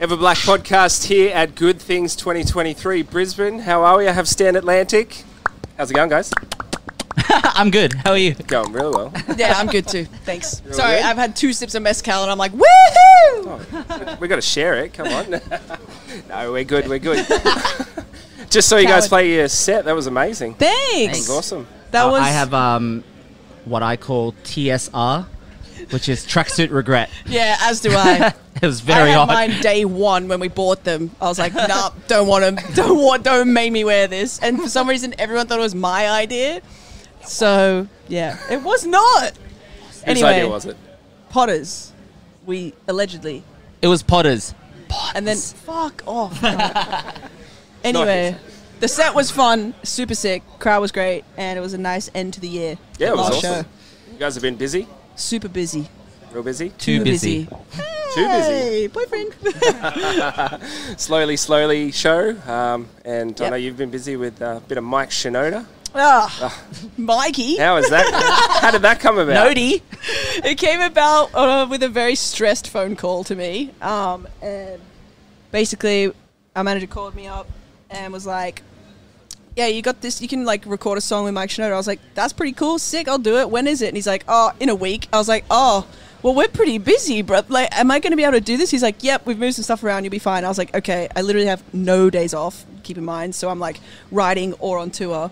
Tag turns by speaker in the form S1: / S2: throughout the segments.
S1: Ever Black podcast here at Good Things 2023 Brisbane. How are we? I have Stan Atlantic. How's it going, guys?
S2: I'm good. How are you?
S1: Going really well.
S3: Yeah, I'm good too. Thanks.
S1: You're all
S3: Sorry,
S1: good? Oh.
S3: I've had two sips of mezcal and I'm like, woohoo!
S1: we got to share it. Come on. no, we're good. We're good. Just saw you guys
S3: Coward.
S1: play your set. That was amazing. That
S3: Thanks.
S1: was awesome.
S3: That
S2: Uh,
S3: was.
S2: I have um, what I call TSR, which is tracksuit regret.
S3: Yeah, as do I.
S2: It was very
S3: I had
S2: odd.
S3: mine day one when we bought them. I was like, nah, don't want them. Don't want. Don't make me wear this. And for some reason, everyone thought it was my idea. So yeah, it was not.
S1: Whose
S3: Anyway,
S1: idea was it?
S3: Potters. We allegedly,
S2: It was Potter's.
S3: and then fuck off. anyway, the set was fun, super sick. Crowd was great, and it was a nice end to the year.
S1: Yeah, it was
S3: Last
S1: awesome.
S3: show.
S1: You guys have been busy.
S3: Super busy.
S1: Real busy.
S2: Too busy.
S1: Too busy.
S3: Hey, boyfriend.
S1: Slowly, slowly show. Um, and I
S3: Yep.
S1: know you've been busy with uh, a bit of Mike Shinoda.
S3: Ah, Mikey.
S1: How is that? How did that come about?
S3: Nody. It came about uh, with a very stressed phone call to me. Um, and basically, our manager called me up and was like, yeah, you got this. You can like record a song with Mike Shinoda. I was like, that's pretty cool, sick. I'll do it. When is it? And he's like, oh, in a week. I was like, oh, well, we're pretty busy, bro. Like, am I going to be able to do this? He's like, yep, we've moved some stuff around. You'll be fine. I was like, okay. I literally have no days off. Keep in mind, so I'm like writing or on tour.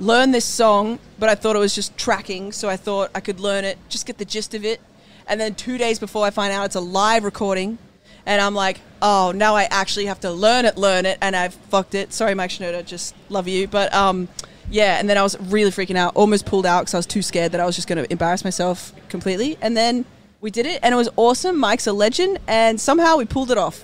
S3: Learn this song, but I thought it was just tracking, so I thought I could learn it, just get the gist of it, and then two days before I find out it's a live recording, and I'm like, oh, now I actually have to learn it, learn it, and I've fucked it. Sorry, Mike Shinoda, just love you. But um, yeah, and then I was really freaking out, almost pulled out because I was too scared that I was just going to embarrass myself completely. And then we did it, and it was awesome. Mike's a legend, and somehow we pulled it off.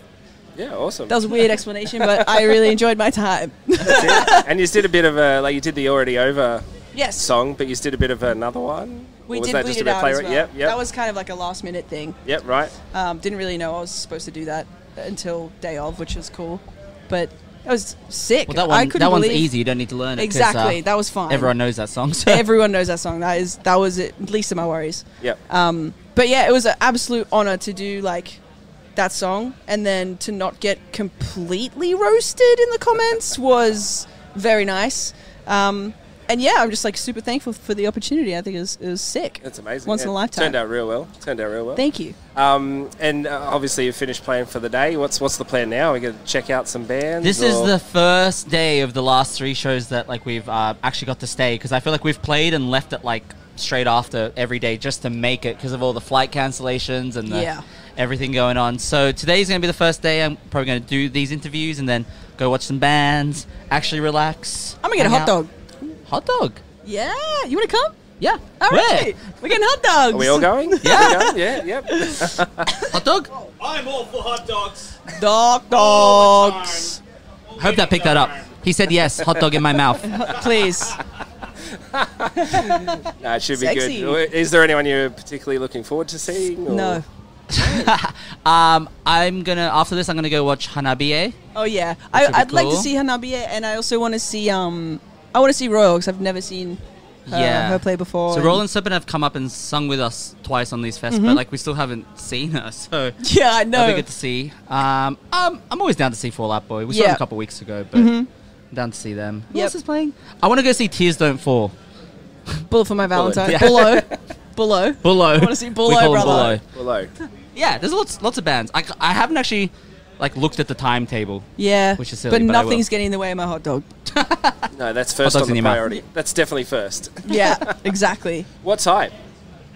S1: Yeah, awesome.
S3: That was a weird explanation, but I really enjoyed my time.
S1: That's it. And you did a bit of a, like, you did the Already Over
S3: yes.
S1: song, but you did a bit of another one?
S3: we
S1: Or was
S3: did
S1: that
S3: bleed
S1: just a
S3: it
S1: bit of
S3: out
S1: play-
S3: as well.
S1: Yep, yep.
S3: That was kind of like a last minute thing.
S1: yep, right.
S3: Um, didn't really know I was supposed to do that until day of, which was cool. But that was sick.
S2: Well, that
S3: I
S2: one,
S3: couldn't
S2: that one's
S3: believe-
S2: easy. You don't need to learn it. 'cause, uh,
S3: Exactly, that was fine.
S2: Everyone knows that song. So.
S3: Everyone knows that song. That is that was it, least of my worries.
S1: Yep.
S3: Um, but yeah, it was an absolute honor to do like that song, and then to not get completely roasted in the comments was very nice. Um, and yeah, I'm just like super thankful for the opportunity. I think it was, it was sick.
S1: That's amazing.
S3: Once in
S1: Yeah.
S3: a lifetime.
S1: Turned out real well. Turned out real well.
S3: Thank you.
S1: Um, and uh, obviously, you finished playing for the day. What's what's the plan now? Are we going to check out some bands?
S2: This is
S1: or-
S2: the first day of the last three shows that like we've uh, actually got to stay because I feel like we've played and left it like straight after every day just to make it because of all the flight cancellations and the
S3: Yeah.
S2: everything going on. So today's gonna be the first day. I'm probably gonna do these interviews and then go watch some bands, actually relax.
S3: I'm gonna get a
S2: hang
S3: hot dog.
S2: out. Hot dog.
S3: Yeah, you want to come?
S2: Yeah.
S3: All
S2: Where?
S3: right. we're getting hot dogs.
S1: Are we all going? yeah. Yeah. Yep.
S2: Hot dog.
S4: I'm all for hot dogs.
S3: Dog
S4: All the
S1: Oh,
S3: dogs.
S4: time.
S2: Hope that picked that up. He said yes. Hot dog in my mouth.
S3: Please.
S1: Nah, it should be
S3: Sexy.
S1: good. Is there anyone you're particularly looking forward to seeing? or-
S3: No.
S2: Um, I'm gonna after this. I'm gonna go watch Hanabie.
S3: Oh yeah.
S2: Which would
S3: I,
S2: be
S3: I'd like to
S2: cool.
S3: see Hanabi and I also want to see um I want to see Royal because I've never seen her,
S2: yeah.
S3: her play before.
S2: So
S3: and-
S2: Roland Sippen have come up and sung with us twice on these fests,
S3: Mm-hmm.
S2: but like we still haven't seen her. So
S3: Yeah, I
S2: that'll be
S3: know.
S2: good to see. Um, um, I'm always down to see Fall Out Boy. We saw
S3: Yeah. Mm-hmm.
S2: them a couple weeks ago, but I'm down to see them. Who
S3: Yep.
S2: else is playing? I want to go see Tears Don't Fall.
S3: Bullet for my Valentine.
S2: Yeah.
S3: Bullo. Bullo.
S2: Below. I
S3: wanna see Bullo, brother.
S1: Below.
S2: Yeah, there's lots lots of bands. I, c- I haven't actually like looked at the timetable.
S3: Yeah.
S2: Which is silly,
S3: but
S2: but I will.
S3: nothing's getting in the way of my hot dog.
S1: No, that's first
S2: Hot
S1: on
S2: dogs
S1: the
S2: in your mouth.
S1: priority. That's definitely first.
S3: Yeah. exactly.
S1: What type?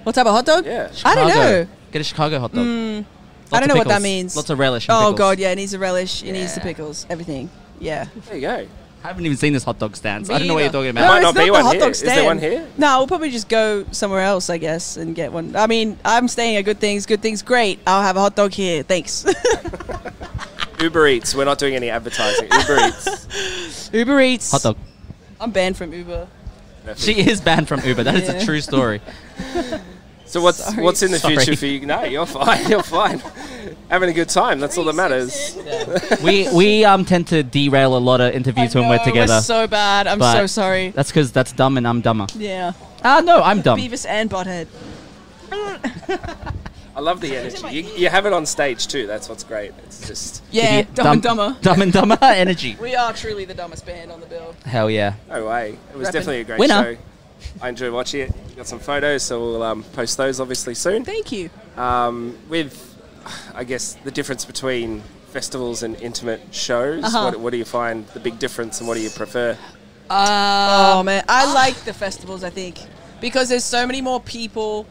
S3: What type of hot dog?
S1: Yeah.
S3: I
S2: Chicago.
S3: don't know. Mm.
S2: Get a Chicago hot dog. Lots
S3: I don't
S2: of
S3: know what that
S2: pickles.
S3: means.
S2: Lots of relish. and
S3: Oh
S2: pickles.
S3: god, yeah, it needs the relish, it needs the
S2: Yeah.
S3: pickles, everything. Yeah.
S1: There you go.
S2: I haven't even seen this hot dog stand. so
S3: Me
S2: I don't know what you're talking
S3: either.
S1: Might
S2: about.
S3: it's
S1: not be
S3: the
S1: one
S3: hot
S1: here.
S3: dog
S1: Is there one
S3: stand.
S1: here?
S3: No, we'll probably just go somewhere else, I guess, and get one. I mean, I'm staying at Good Things. Good Things, great. I'll have a hot dog here. Thanks.
S1: Uber Eats. We're not doing any advertising. Uber Eats.
S3: Uber Eats.
S2: Hot dog.
S3: I'm banned from Uber.
S2: She is banned from Uber. That is
S3: Yeah.
S2: a true story.
S1: So what's
S3: Sorry.
S1: what's in the
S2: Sorry.
S1: future for you? No, you're fine. You're fine. Having a good time. That's all that matters.
S2: we we um tend to derail a lot of interviews when we're
S3: know,
S2: together.
S3: We're so bad. I'm
S2: but
S3: so sorry.
S2: That's because that's dumb and I'm dumber.
S3: Yeah.
S2: Ah, no, I'm dumb.
S3: Beavis and Butthead.
S1: I love the energy. You, you have it on stage too. That's what's great. It's just
S3: Yeah,
S2: Idiot.
S3: Dumb and Dumber.
S2: Dumb and dumber energy.
S3: We are truly the dumbest band on the bill.
S2: Hell yeah.
S1: no way. It was
S3: Reppin'.
S1: definitely a great
S2: Winner.
S1: show. I enjoy watching it. Got some photos, so we'll um, post those obviously soon.
S3: Thank you.
S1: Um, with, I guess, the difference between festivals and intimate shows.
S3: Uh-huh.
S1: What, what do you find the big difference, and what do you prefer?
S2: Um,
S3: oh man, I like the festivals. I think because there's so many more people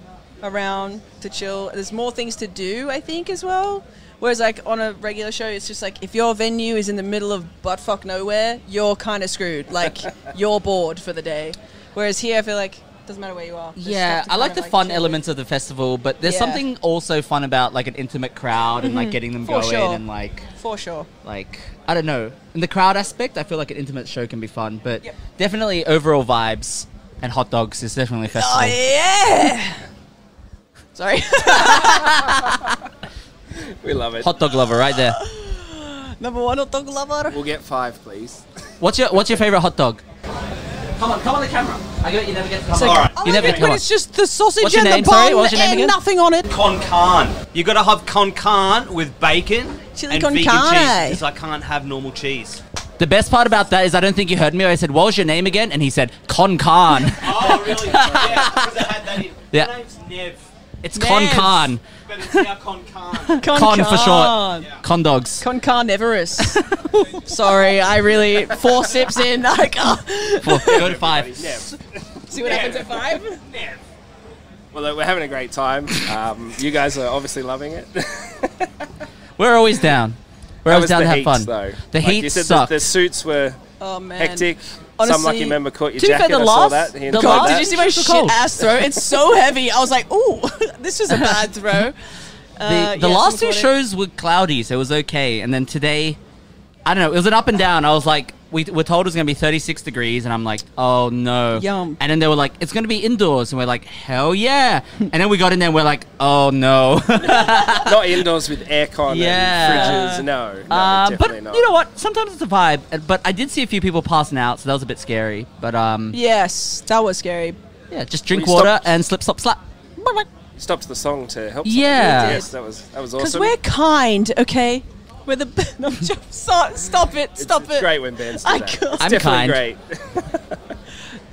S3: around to chill. There's more things to do. I think as well. Whereas like on a regular show, it's just like if your venue is in the middle of buttfuck nowhere, you're kind of screwed. Like you're bored for the day. Whereas here, I feel like it doesn't matter where you are. There's
S2: Yeah,
S3: stuff to
S2: I like
S3: kind
S2: the
S3: of,
S2: fun
S3: chill with.
S2: elements of the festival, but there's
S3: Yeah. Mm-hmm.
S2: something also fun about like an intimate crowd and like getting them
S3: For
S2: going
S3: sure.
S2: and like
S3: for sure.
S2: like I don't know. In the crowd aspect, I feel like an intimate show can be fun, but
S3: Yep.
S2: definitely overall vibes and hot dogs is definitely a festival.
S3: Oh yeah. Sorry,
S1: We love it.
S2: Hot dog lover right there.
S3: number one hot dog lover.
S1: We'll get five, please.
S2: What's your what's your favorite hot dog? Come on, come on the camera. I bet you never get to come
S4: on. Alright.
S3: I
S2: You
S3: like
S2: never
S3: it
S2: get
S3: when
S2: one.
S3: it's just the sausage
S2: What's your
S3: and
S2: name?
S3: the
S2: Sorry,
S3: bun
S2: what's your name
S3: and
S2: again?
S3: nothing on it.
S4: Con carne. You gotta have con carne with bacon
S3: Chili
S4: and
S3: con
S4: vegan
S3: carne.
S4: cheese because I can't have normal cheese.
S2: The best part about that is I don't think you heard me. I said, "What was your name again?" And he said, "Con Khan."
S4: Oh really? yeah, because I had that in.
S2: Yeah.
S4: My name's Nev,
S2: It's Con
S3: Yes.
S2: Khan.
S4: but it's now con
S3: Con,
S4: carne.
S2: Con for short.
S3: carn.
S2: Con dogs.
S3: Con carnivorous. Sorry, I really four sips in. Like, oh.
S2: Four, go to five.
S1: Nev.
S3: see what happens at five.
S4: Nev.
S1: Well, look, we're having a great time. Um, you guys are obviously loving it.
S2: We're always down. We're
S1: That
S2: always
S1: was
S2: down
S1: the
S2: to have
S1: heat,
S2: fun.
S1: though.
S2: The
S1: Like,
S2: heat
S1: you said
S2: sucked.
S1: The, the suits were
S3: Oh man.
S1: hectic. Some
S3: Honestly,
S1: lucky member caught your
S3: to be fair,
S1: jacket.
S3: the
S1: I saw
S3: last-
S1: that. He
S3: the
S1: enjoyed
S2: last-
S1: that.
S3: Did you see my
S2: It's so
S3: shit
S2: cold.
S3: ass throw? It's so heavy. I was like, ooh, this was a bad throw. Uh,
S2: the the
S3: yeah,
S2: last two
S3: someone caught it.
S2: shows were cloudy, so it was okay. And then today, I don't know. It was an up and down. I was like, we were told it was gonna be 36 degrees, and I'm like, oh no.
S3: Yum.
S2: And then they were like, it's gonna be indoors, and we're like, hell yeah. and then we got in there, and we're like, oh no.
S1: Not indoors with aircon
S2: Yeah.
S1: and fridges. No, no
S2: Uh,
S1: definitely
S2: but
S1: not.
S2: you know what? Sometimes it's a vibe. Uh, But I did see a few people passing out, so that was a bit scary. But um, yeah,
S3: Yes, that was scary.
S2: just drink
S1: Will you
S2: water
S1: stop?
S2: and slip, slop, slap.
S1: You stopped the song to help.
S2: Yeah.
S1: somebody. yes, that was that was
S3: Because
S1: awesome.
S3: we're kind, okay? We're the. No, just, stop, stop it!
S1: It's-
S3: Stop
S1: it's
S3: it!
S1: Great when bands do
S3: I
S1: that.
S3: can't-
S1: It's
S2: I'm kind.
S1: definitely great.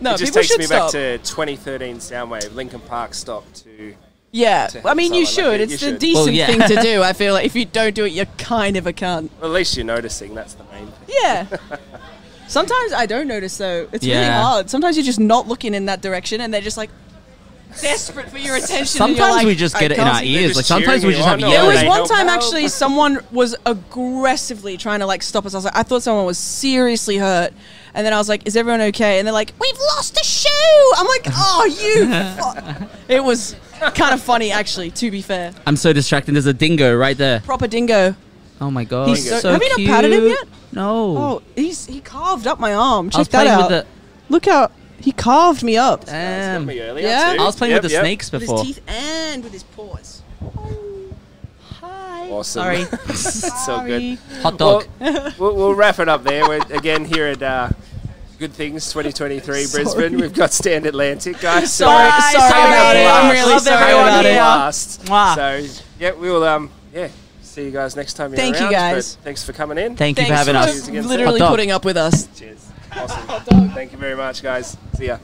S3: No,
S1: it just
S3: people
S1: takes
S3: should
S1: me
S3: stop.
S1: back to 2013 Soundwave. Lincoln Park stopped to.
S3: Yeah,
S1: to
S3: I mean,
S1: help
S3: you
S1: someone like
S3: should.
S1: that.
S3: it's
S1: You
S3: a
S1: should.
S3: decent
S2: Well, yeah.
S3: thing to do. I feel like if you don't do it, you're kind of a cunt.
S1: Well, at least you're noticing. That's the main thing.
S3: Yeah. Sometimes I don't notice though. It's really
S2: Yeah.
S3: hard. Sometimes you're just not looking in that direction, and they're just like desperate for your attention. and you're
S2: Sometimes
S3: like,
S2: we just
S3: "I
S2: get it in
S3: can't
S2: our
S3: see
S2: ears.
S1: just
S2: Like sometimes
S1: cheering
S2: we
S1: you
S2: just have
S1: on or
S3: There
S1: Yeah,
S3: was
S1: they
S2: yelling.
S3: one
S1: help
S3: time
S1: out.
S3: actually someone was aggressively trying to like stop us. I was like, I thought someone was seriously hurt. And then I was like, is everyone okay? And they're like, we've lost a shoe. I'm like, oh, you. fuck." It was kind of funny actually, to be fair.
S2: I'm so distracted. There's a dingo right there.
S3: Proper dingo.
S2: Oh my god.
S3: He's
S1: so-
S2: so
S3: have you not patted him
S2: cute.
S3: yet?
S2: No.
S3: Oh, he's he carved up my arm.
S2: I was
S3: Check that
S2: playing
S3: out.
S2: with
S3: Look how he carved me up.
S2: the.
S1: It's got
S2: Um,
S1: me earlier,
S3: yeah.
S1: too.
S2: I was playing
S1: Yep,
S2: with the
S1: yep.
S2: snakes
S3: With
S2: before.
S3: his teeth and with his paws. Hi.
S1: Awesome.
S2: Sorry.
S1: it's so good.
S2: Hot dog.
S1: Well, we'll, we'll wrap it up there. We're again here at uh, Good Things 2023
S3: Sorry.
S1: Brisbane. We've got Stand Atlantic, guys. So-
S3: Sorry,
S2: Bye,
S3: sorry
S2: sorry
S3: about it. I'm
S2: everyone.
S3: really
S2: Love
S3: sorry
S2: everyone
S3: about
S2: here.
S3: it.
S1: Last.
S2: Mwah.
S1: So yeah, we'll um yeah see you guys next time. You're
S3: Thank you,
S1: around,
S3: guys.
S1: but Thanks for coming in.
S2: Thank you for
S3: Thanks
S2: having
S3: for
S2: us.
S1: Cheers again, sir.
S3: literally
S2: Hot dog.
S3: putting up with us.
S1: Cheers. Awesome. Thank you very much, guys. See ya.